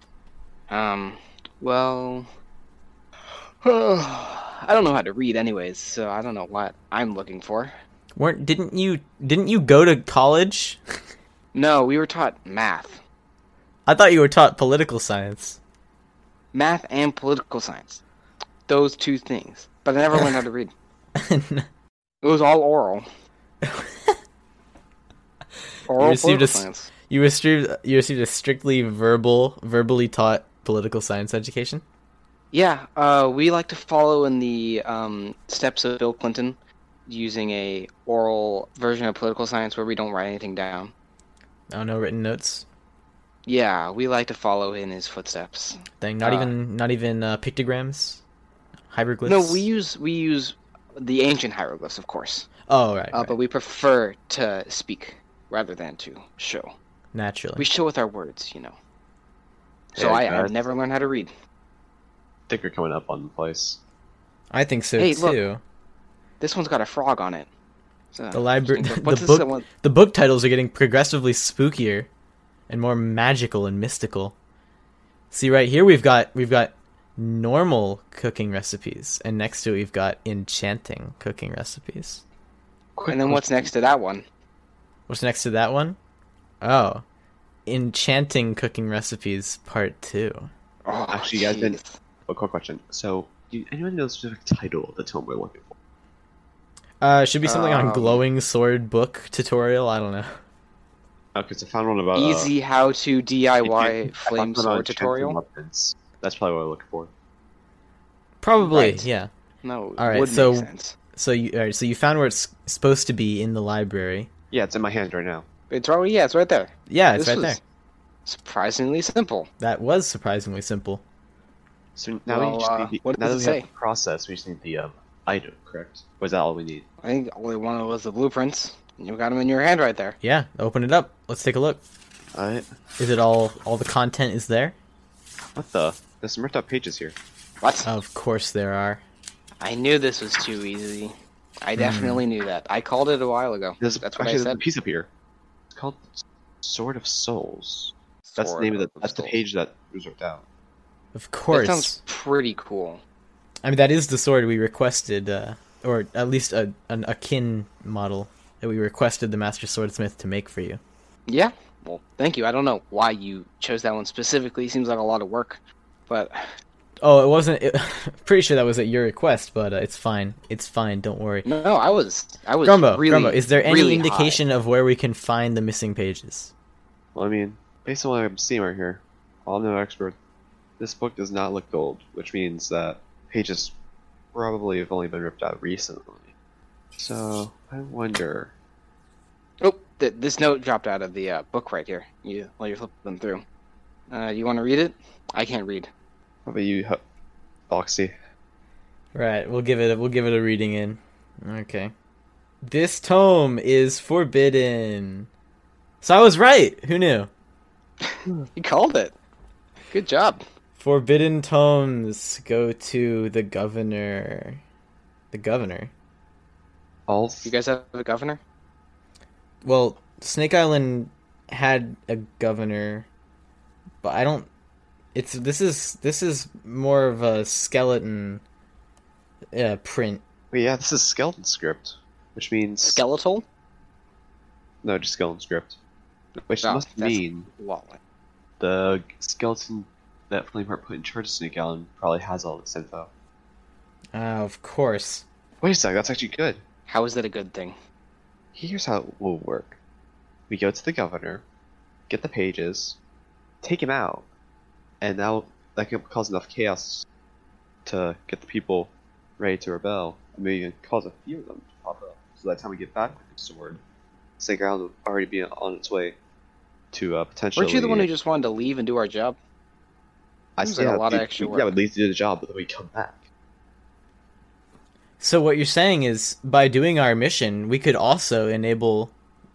C: Um, well, <sighs> I don't know how to read, anyways, so I don't know what I'm looking for.
B: weren't didn't you didn't you go to college?
C: No, we were taught math,
B: I thought you were taught political science. <laughs>
C: math and political science, those two things. But I never learned how to read. It was all oral. oral
B: received a
C: political
B: s-
C: science.
B: You received you received a strictly verbal, verbally taught political science education.
C: Yeah, uh, we like to follow in the um, steps of Bill Clinton, using a oral version of political science where we don't write anything down.
B: Oh no, written notes.
C: Yeah, we like to follow in his footsteps.
B: Thing. Not
C: Uh,
B: even not even uh, pictograms, hieroglyphs.
C: No, we use we use the ancient hieroglyphs, of course,
B: Oh right,
C: uh,
B: right.
C: but we prefer to speak rather than to show.
B: naturally.
C: We show with our words, you know. So
D: Yeah,
C: I, I've
D: that's-
C: never learned how to read.
D: I think we're coming up on the place.
B: I think so
C: Hey,
B: too.
C: look. This one's got a frog on it. So,
B: The library, <laughs> the
C: what's this
B: book,
C: one-
B: the book titles are getting progressively spookier, and more magical and mystical. See right here, we've got we've got normal cooking recipes, and next to it we've got enchanting cooking recipes.
C: And then what's next to that one?
B: What's next to that one? Oh, enchanting cooking recipes part two.
C: Oh,
D: Actually, you guys didn't-
C: jeez.
D: But Oh, quick question. So, do anyone know the specific title of the tome we're looking for?
B: Uh, should be something on
C: Um,
B: glowing sword book tutorial. I don't know.
D: Because Oh, I found one about uh,
C: easy how to
D: enchanting-
C: DIY
D: I
C: flame
D: found one on
C: sword
D: enchanting
C: tutorial.
D: weapons. That's probably what I'm looking for.
B: Probably,
C: Right.
B: yeah.
C: No,
B: All right,
C: would
B: so-
C: make sense.
B: So you all right, so you found where it's supposed to be in the library.
D: Yeah, it's in my hand right now.
C: It's right, yeah, it's right there.
B: Yeah, it's
C: This
B: right
C: was
B: there.
C: Surprisingly simple.
B: That was surprisingly simple.
D: So now
C: Well,
D: we just
C: uh,
D: need the,
C: what
D: now
C: does
D: that
C: it
D: we have
C: say?
D: the process, we just need the um, item, correct? Or is that all we need?
C: I think only one was the blueprints. and You got them in your hand right there.
B: Yeah, open it up. Let's take a look.
D: Alright.
B: Is it all all the content is there?
D: What the? There's some ripped up pages here.
C: What?
D: Uh.
B: Of course there are.
C: I knew this was too easy. I definitely knew that. I called it a while ago.
D: There's
C: That's what I
D: Hmm. actually there's a
C: said.
D: piece up here. It's called Sword of Souls. That's the name of the that's the page that was ripped out.
B: Of
C: That
B: course.
C: sounds pretty cool.
B: I mean that is the sword we requested uh or at least a an akin model that we requested the master swordsmith to make for you.
C: Yeah. Well, thank you. I don't know why you chose that one specifically. Seems like a lot of work, but
B: Oh, it wasn't it, <laughs> pretty sure that was at your request, but uh, it's fine. It's fine, don't worry.
C: no, I was, I was
B: Grumbo,
C: really.
B: Grumbo, is there any
C: really high.
B: indication of where we can find the missing pages?
D: Well I mean, based on what I'm seeing right here, I'm no expert. This book does not look old, which means that pages probably have only been ripped out recently. So I wonder.
C: Oh, th- this note dropped out of the uh, book right here. You while you're flipping through. Uh, you want to read it? I can't read.
D: How about you, Ho- Foxy?
B: Right, we'll give it. A, we'll give it a reading in. Okay. This tome is forbidden. So I was right. Who knew?
C: You called it. Good job.
B: Forbidden tomes go to the governor. The governor.
D: All
C: You guys have a governor?
B: Well, Snake Island had a governor, but I don't. It's this is this is more of a skeleton uh, print.
D: Wait, yeah, this is skeleton script, which means
C: Skeletal?
D: no, just skeleton script, which
C: No,
D: must
C: Oh, that's-
D: mean
C: Well,
D: the skeleton that Flameheart put in charge of Snake Island probably has all this info.
B: Ah, of course.
D: Wait a sec, that's actually good.
C: how is that a good thing?
D: Here's how it will work. We go to the governor, get the pages, take him out, and that'll, that can cause enough chaos to get the people ready to rebel. I mean, it can cause a few of them to pop up. So by the time we get back with the sword, Snake Island will already be on its way to uh, potentially.
C: Weren't you the one who just wanted to leave and do our job?
D: I
C: Seems
D: said
C: like a
D: yeah,
C: lot of
D: we-
C: extra
D: we-
C: work.
D: Yeah, we leave to do the job, but then we come back.
B: So what you're saying is, by doing our mission, we could also enable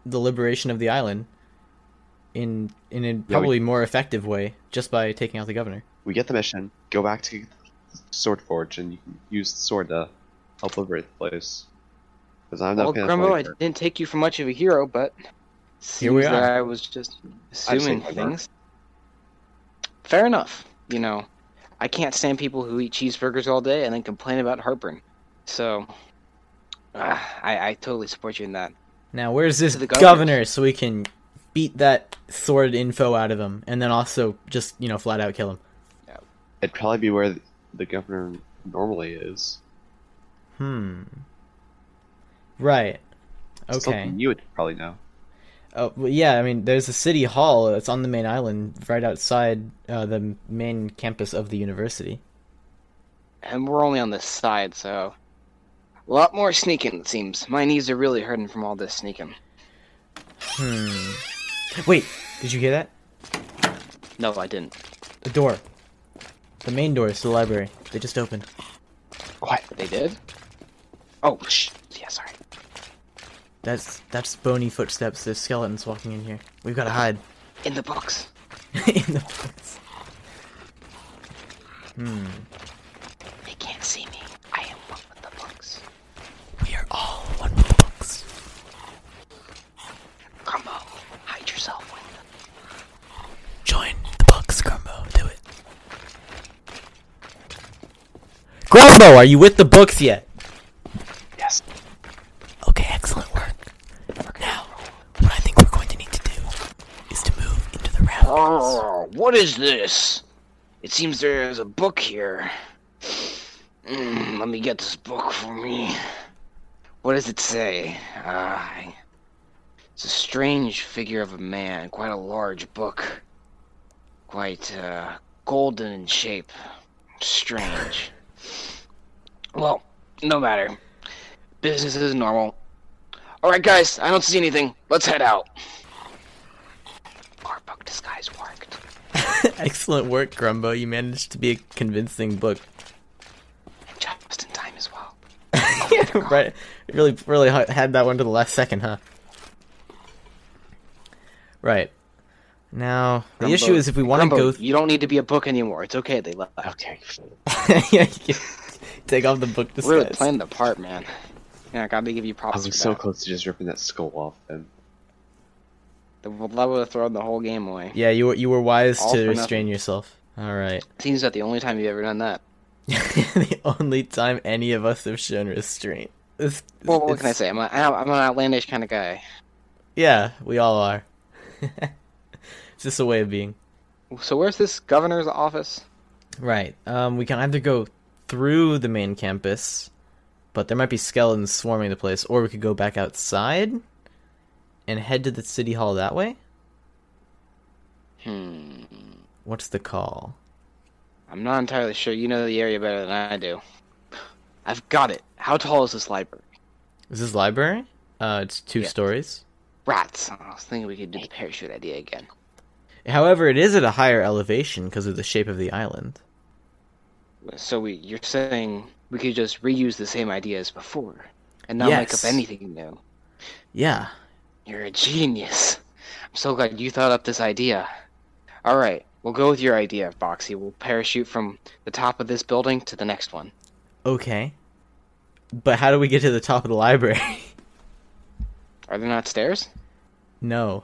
B: the liberation of the island in in a probably more effective way, just by taking out the governor.
D: We get the mission, go back to the Sword Forge, and you can use the sword to help liberate the place. Because I'm not
C: Well,
D: paying
C: Grumbo, I didn't take you for much of a hero, but
B: Here we
C: seems that
B: are.
C: I was just
D: seen
C: assuming
D: my work.
C: things. Fair enough. You know, I can't stand people who eat cheeseburgers all day and then complain about heartburn. So, ah, I, I totally support you in that.
B: Now, where's this
C: To the
B: governor?
C: governor.
B: so we can beat that sword info out of him, and then also just you know flat out kill him.
D: It'd probably be where the, the governor normally is.
B: Hmm. Right. Okay.
D: Something you would probably know.
B: Oh well, yeah. I mean, there's a city hall. It's on the main island, right outside uh, the main campus of the university.
C: And we're only on this side, so. A lot more sneaking, it seems. My knees are really hurting from all this sneaking.
B: Wait, did you hear that?
C: No, I didn't.
B: The door. The main doors to the library. They just opened.
C: What? They did? Oh, shh. Yeah, sorry.
B: That's that's bony footsteps. There's skeletons walking in here. We've got to hide. <laughs>
C: In the books.
B: in the place.
C: They can't see me. I am one with the books.
B: We are all one with the books.
C: Grumbo, hide yourself with them.
B: Join the books, Grumbo. Do it. Grumbo, are you with the books yet?
D: Yes.
E: Okay, excellent work. Now, what I think we're going to need to do is to move into the round.
C: Oh, what is this? It seems there is a book here. Mm, let me get this book for me. What does it say? Uh, I- it's a strange figure of a man, quite a large book. Quite uh, golden in shape. Strange. Well, no matter. Business is normal. Alright, guys, I don't see anything. Let's head out. Our book disguise worked.
B: <laughs> excellent work, Grumbo. You managed to be a convincing book.
C: just in time as well.
B: <laughs> right, really, really ha- had that one to the last second, huh? Right. Now the
C: Grumbo-
B: issue is if we want to
C: Grumbo,
B: <laughs> go.
C: you don't need to be a book anymore. It's okay. They left.
D: Okay.
B: yeah, you <laughs> can take off the book disguise.
C: Really playing the part, man. Yeah, I gotta give you
D: I
C: props for
D: was so
C: that.
D: close to just ripping that skull off them.
C: The that would have thrown the whole game away.
B: Yeah, you were you were wise
C: All
B: to
C: for
B: restrain yourself. All right. <laughs>
C: Seems that the only time you've ever done that.
B: the only time any of us have shown restraint. It's,
C: Well, what
B: it's-
C: can I say? I'm, a, I'm an outlandish kind of guy.
B: Yeah, we all are. <laughs> it's just a way of being.
C: So where's this governor's office?
B: Right. Um, we can either go through the main campus, but there might be skeletons swarming the place, or we could go back outside and head to the city hall that way.
C: Hmm.
B: What's the call?
C: I'm not entirely sure. You know the area better than I do. I've got it. How tall is this library?
B: Is this library? Uh, it's two
C: Yeah.
B: stories.
C: Rats. I was thinking we could do the parachute idea again.
B: However, it is at a higher elevation because of the shape of the island.
C: So we, you're saying we could just reuse the same idea as before and not make
B: Yes.
C: up anything new.
B: Yeah.
C: You're a genius. I'm so glad you thought up this idea. All right, we'll go with your idea, Boxy. We'll parachute from the top of this building to the next one.
B: Okay. But how do we get to the top of the library? <laughs>
C: Are there not stairs?
B: no.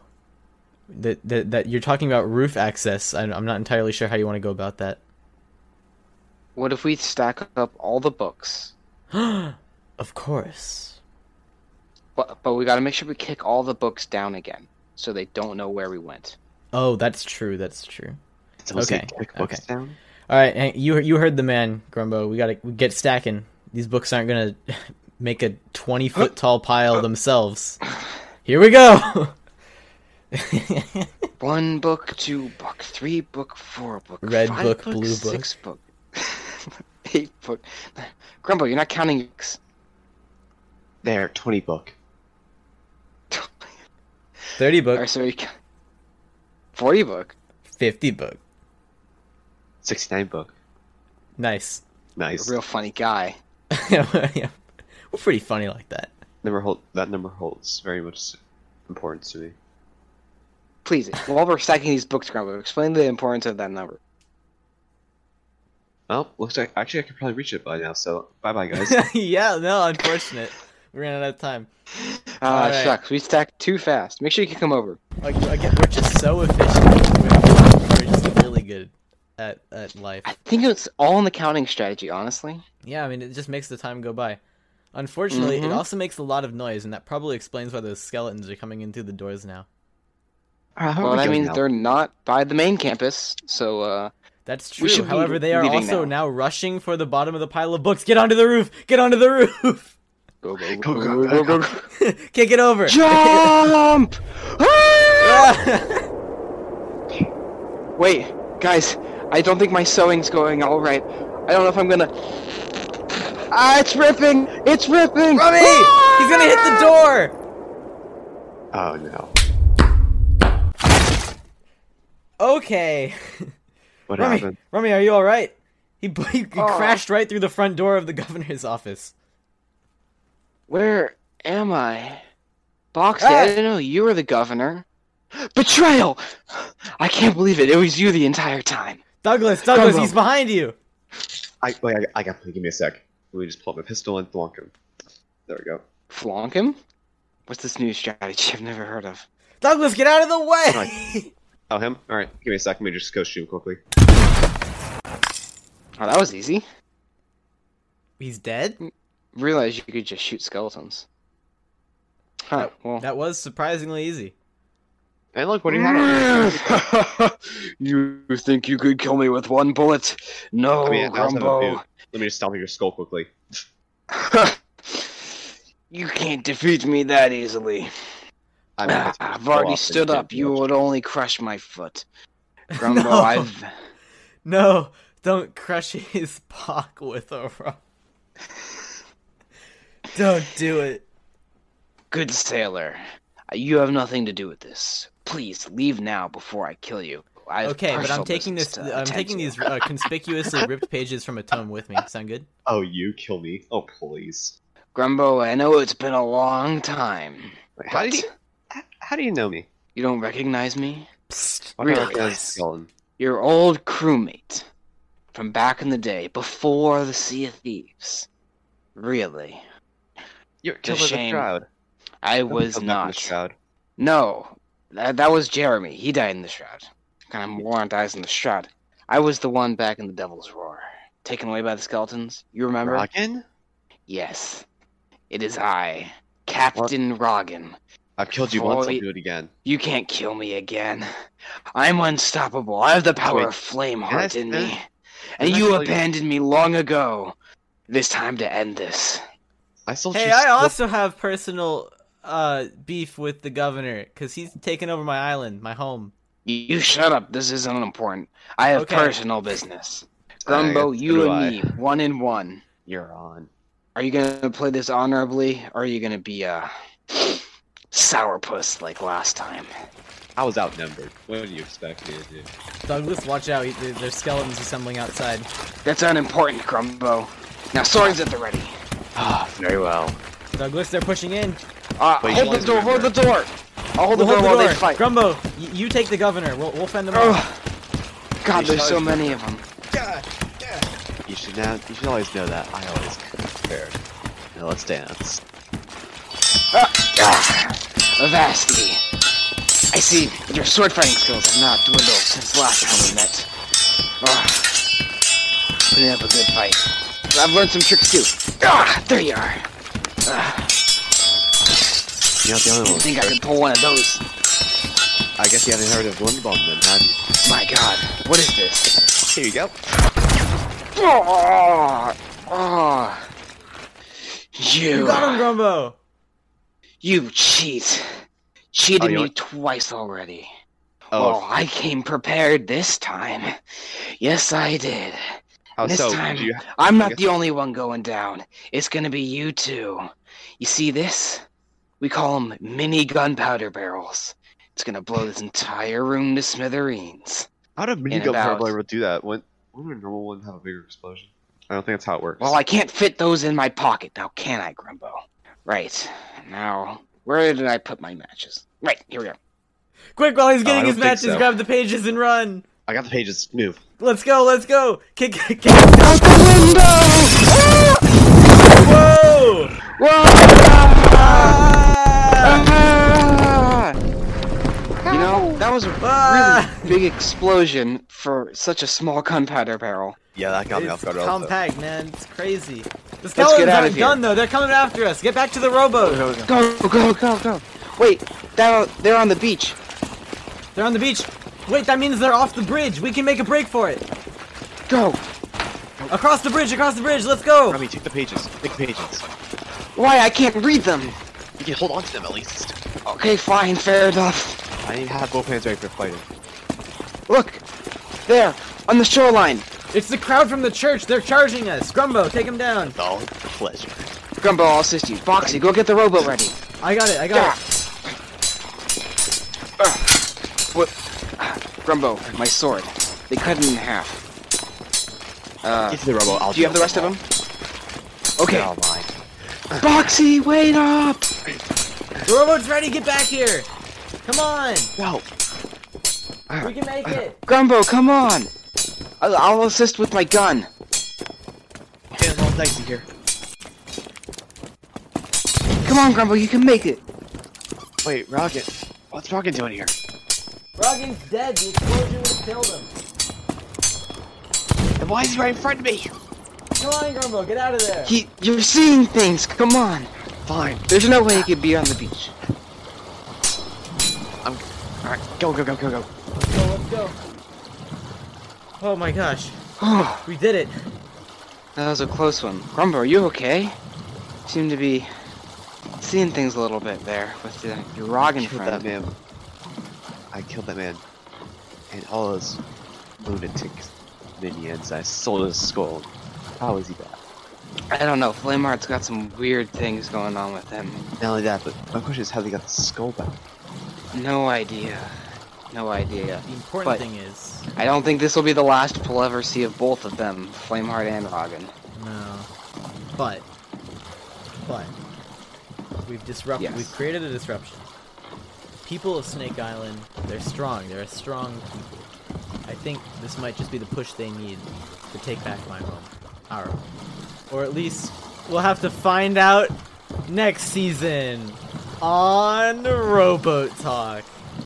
B: That, that that you're talking about roof access. I'm, I'm not entirely sure how you want to go about that.
C: What if we stack up all the books?
B: Of course.
C: But, but we gotta make sure we kick all the books down again so they don't know where we went.
B: Oh, that's true. That's true.
D: Don't say
B: Okay,
D: kick books
B: okay.
D: down.
B: All right, hey, you you heard the man, Grumbo. We gotta we get stacking. These books aren't gonna <laughs> make a twenty foot tall pile themselves. <sighs> Here we <laughs> go.
C: One book, two book, three book, four book,
B: Red
C: five
B: book,
C: book,
B: blue book.
C: six book, eight book. <laughs> Grumbo, you're not counting books. <laughs>
D: There, 20 book.
B: Thirty
C: Or
B: book,
C: sorry, forty book.
B: fifty book.
D: 69 book.
B: Nice. <laughs>
D: Nice.
C: Real funny guy.
B: yeah, we're pretty funny like that. <laughs>
D: Number hold that number holds very much importance to me.
C: Please, while we're stacking these books, Grumbo, explain the importance of that number.
D: Well, looks like actually I could probably reach it by now. So bye bye
C: <laughs>
D: guys.
B: yeah, no, unfortunate. We ran out of time.
C: Ah,
B: Alright.
C: shucks, we stacked too fast. Make sure you can come over.
B: Like, again, we're just so efficient. We're just really good at at life.
C: I think it was all in the counting strategy, honestly.
B: Yeah, I mean, it just makes the time go by. Unfortunately, it
C: Mhm.
B: also makes a lot of noise, and that probably explains why those skeletons are coming in through the doors now.
D: Alright, how are
C: well,
D: we
C: that
D: doing
C: means
D: now?
C: they're not by the main campus, so uh,
B: That's
C: We
B: true.
C: should be
B: However, they are
C: leaving
B: also
C: now.
B: now. rushing for the bottom of the pile of books. Get onto the roof! Get onto the roof! <laughs>
C: go go
D: Go, go, go, go, go.
B: Kick it over! <laughs>
C: Jump! Ah!
B: Ah!
C: Wait, guys, I don't think my sewing's going all right. I don't know if I'm gonna. Ah, it's ripping! It's ripping! Ah!
B: Robbie! He's gonna hit the door!
D: Oh no.
B: Okay.
D: What
B: Rummy,
D: happened?
B: Rummy, are you alright? He, <laughs> b- he
C: Oh.
B: crashed right through the front door of the governor's office.
C: Where am I? Boxy,
B: Ah!
C: I didn't know you were the governor. Betrayal! I can't believe it. It was you the entire time.
B: Douglas, Douglas,
C: Grumbo.
B: he's behind you!
D: I wait, I, I got give me a sec. Let me just pull up my pistol and thwonk him. There we go.
C: Flonk him? What's this new strategy I've never heard of?
B: Douglas, get out of the way!
D: Oh him? Alright, give me a sec, let me just go shoot him quickly.
C: Oh, that was easy.
B: <laughs> he's dead?
C: Realize you could just shoot skeletons. Huh, well.
B: That was surprisingly easy.
D: And look, what do you have?
C: <laughs> you think you could kill me with one bullet? No,
D: I mean, I also have a
C: Grumbo.
D: boot. Let me just stomp your skull quickly.
C: <laughs> you can't defeat me that easily.
D: I mean,
C: Ah, <sighs>
D: it's-
C: I've
D: go
C: already
D: off and
C: stood
D: get
C: up. You
D: much.
C: would only crush my
D: <laughs>
C: foot. Grumbo,
B: No.
C: I've.
B: No, don't crush his <laughs> pock with a rock. don't do it.
C: Good sailor. You have nothing to do with this. Please leave now before I kill you. I have
B: Okay, but I'm
C: personal
B: taking
C: business
B: this.
C: to
B: I'm
C: attend
B: taking
C: to.
B: these uh, conspicuously ripped pages from a tome with me. Sound good?
D: Oh, you kill me? Oh, please.
C: Grumbo, I know it's been a long time.
D: Like, how did
C: but
D: you? h- How do you know me?
C: You don't recognize me?
B: Psst.
D: Why do I
C: Really?
D: recognize this skeleton?
C: Your old crewmate from back in the day, before the Sea of Thieves. Really?
D: You're
C: a
D: killed by the
C: shame.
D: shroud.
C: I
D: Nobody
C: was
D: killed back in The
C: not.
D: shroud.
C: No, that, that was Jeremy. He died in the shroud. Kind of Warren dies in the shroud. I was the one back in the Devil's Roar, taken away by the skeletons. You remember?
D: Rogan?
C: Yes, it is I, Captain Roggin.
D: I've killed you once. I'll
C: Void-
D: do it again.
C: You can't kill me again. I'm unstoppable. I have the power
D: Wait,
C: of flame
D: I
C: heart in
D: finish-
C: me.
D: can
C: And
D: I
C: you
D: tell you-
C: abandoned me long ago. It is time to end this.
D: I still.
B: Hey,
D: choose
B: I
D: to-
B: also have personal uh beef with the governor because he's taken over my island, my home.
C: You, you shut up. This isn't important. I have
B: Okay.
C: personal business. Grumbo,
D: I-
C: you
D: do
C: and
D: I.
C: me, one and one.
D: You're on.
C: Are you gonna play this honorably, or are you gonna be a sourpuss like last time?
D: I was outnumbered. What do you expect me to do?
B: Douglas, watch out. There- There's skeletons assembling outside.
C: That's unimportant, Grumbo. Now swords at the ready.
D: Ah, very well.
B: Douglas, they're pushing in.
C: Uh,
D: Wait,
C: hold the
D: guys,
C: door. Hold the
D: remember-
C: door. I'll hold the door while they fight.
B: Grumbo, y- you take the governor. We'll, we'll fend them off.
C: Oh, God, there's so many of them.
D: You should now. You should always know that. I always come prepared. Now let's dance.
C: Avasti. I see your sword fighting skills have not dwindled since last time we met. Oh, we didn't have a good fight. But I've learned some tricks too. Ah, there you are.
D: You're not the only
C: I
D: one.
C: think I can pull one of those.
D: I guess you haven't heard of Lindbaum then, have you?
C: My God, what is this?
D: Here you go.
C: Oh, oh. You,
B: You got him, Grumbo.
C: you cheat. Cheated
D: Oh, you
C: me
D: want-
C: twice already.
D: Oh,
C: Well, I came prepared this time. Yes, I did.
D: how
C: this
D: so?
C: time-
D: Did you
C: I'm
D: guess-
C: not the only one going down. It's gonna be you two. You see this? We call them mini gunpowder barrels. It's gonna blow this entire room to smithereens.
D: How did
C: In
D: Minigun
C: about-
D: probably ever do that? Wouldn't, wouldn't a normal one have a bigger explosion? I don't think that's how it works.
C: Well, I can't fit those in my pocket now, can I, Grumbo? Right. Now, where did I put my matches? Right, here we go.
B: Quick, while he's getting
D: I
B: his
D: don't think
B: matches,
D: so.
B: grab the pages and run.
D: I got the pages. Move.
B: Let's go, let's go. Kick, kick.
C: Out the window!
B: Whoa!
C: Ah! You know, that was a
B: Ah!
C: really big explosion for such a small gunpowder barrel.
D: Yeah, that got me off
B: It's
D: guard.
B: compact, man. It's crazy. The
C: get out
B: skeletons have a
C: of here.
B: gun, though. They're coming after us. Get back to the rowboat.
C: Go, go, go, go. Wait, down, they're on the beach.
B: They're on the beach. Wait, that means they're off the bridge. We can make a break for it.
C: Go.
B: Across the bridge, across the bridge. Let's go.
D: Remy, take the pages. Take the pages.
C: Why, I can't read them.
D: You can hold on to them at least.
C: Okay, fine, fair enough.
D: I didn't have both hands ready for fighting.
C: Look, there, on the shoreline.
B: It's the crowd from the church. They're charging us. Grumbo, take him down.
D: With all pleasure.
C: Grumbo, I'll assist you. Boxy, go get the rowboat ready.
B: I got it. I
C: Yeah.
B: got it.
C: Ah. What? ah, Grumbo, my sword. They cut it in half. Uh,
D: Get to the robot. I'll
C: do you have the rest of them? Okay.
D: Oh my.
C: Boxy, wait up!
B: The rowboat's ready. Get back here. Come on.
D: No.
B: We can make it.
C: Grumbo, come on! I'll, I'll assist with my gun.
D: Get a little dicey here.
C: Come on, Grumbo, you can make it.
D: Wait, Rocket. What's Rocket doing here?
B: Roggen's dead. The explosion would have killed him.
D: And why is he right in front of me?
B: Come on, Grumbo. Get out of there.
C: He, you're seeing things. Come on.
D: Fine.
C: There's no way he could be on the beach.
D: Alright, go, go, go, go, go.
B: Let's go. Let's go. Oh my gosh.
C: that
B: We did it.
C: Oh, was a close one. Grumbo, are you okay? Seem to be seeing things a little bit there with the, your Rogan
D: killed that
C: friend.
D: man. I killed that man. And all his lunatic minions. I sold his skull. How is he bad?
C: I don't know. Flameheart's got some weird things going on with him.
D: Not only that, but my question is how they got the skull back.
C: No idea. No idea.
B: The important
C: But-
B: thing is.
C: I don't think this will be the last we'll ever see of both of them, Flameheart and Rogan.
B: No. But. But. We've disrupted.
C: Yes.
B: We've created a disruption. People of Snake Island, they're strong. They're a strong people. I think this might just be the push they need to take back my home. Our home. Or at least we'll have to find out next season on Rowboat Talk.